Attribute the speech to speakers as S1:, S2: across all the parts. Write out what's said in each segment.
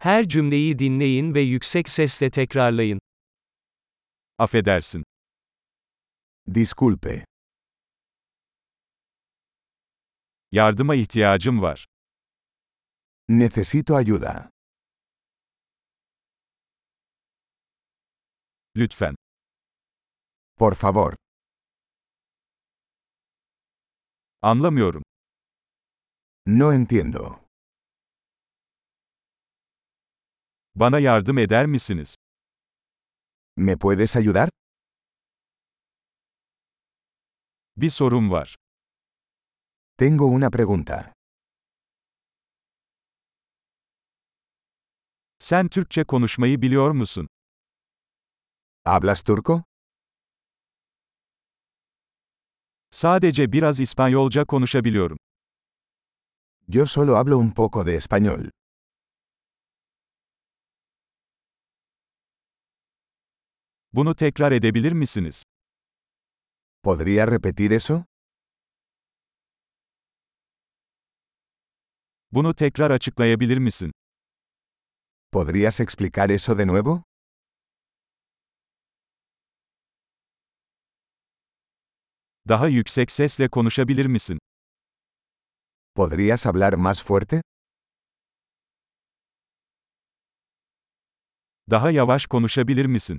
S1: Her cümleyi dinleyin ve yüksek sesle tekrarlayın.
S2: Affedersin.
S3: Disculpe,
S2: Yardıma ihtiyacım var.
S3: necesito ayuda.
S2: Lütfen.
S3: Por favor,
S2: Anlamıyorum.
S3: no entiendo.
S2: Bana yardım eder misiniz?
S3: ¿Me puedes ayudar?
S2: Bir sorum var.
S3: Tengo una pregunta.
S2: Sen Türkçe konuşmayı biliyor musun?
S3: ¿Hablas turco?
S2: Sadece biraz İspanyolca konuşabiliyorum.
S3: Yo solo hablo un poco de español.
S2: Bunu tekrar edebilir misiniz?
S3: ¿Podría repetir eso?
S2: Bunu tekrar açıklayabilir misin?
S3: ¿Podrías explicar eso de nuevo?
S2: Daha yüksek sesle konuşabilir misin?
S3: ¿Podrías hablar más fuerte?
S2: Daha yavaş konuşabilir misin?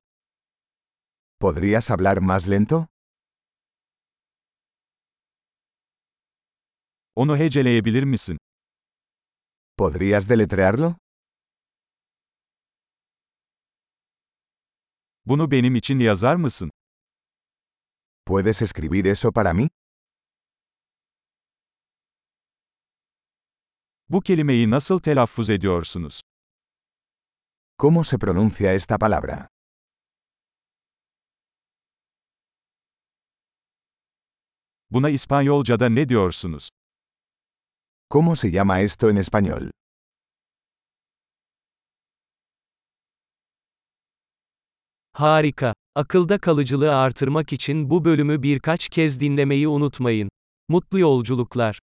S3: ¿Podrías hablar más lento?
S2: Onu heceleyebilir misin?
S3: ¿Podrías deletrearlo?
S2: Bunu benim için yazar mısın?
S3: ¿Puedes escribir eso para mí?
S2: Bu kelimeyi nasıl telaffuz ediyorsunuz?
S3: ¿Cómo se pronuncia esta palabra?
S2: Buna İspanyolca'da ne diyorsunuz?
S3: ¿Cómo se llama esto en español?
S1: Harika. Akılda kalıcılığı artırmak için bu bölümü birkaç kez dinlemeyi unutmayın. Mutlu yolculuklar.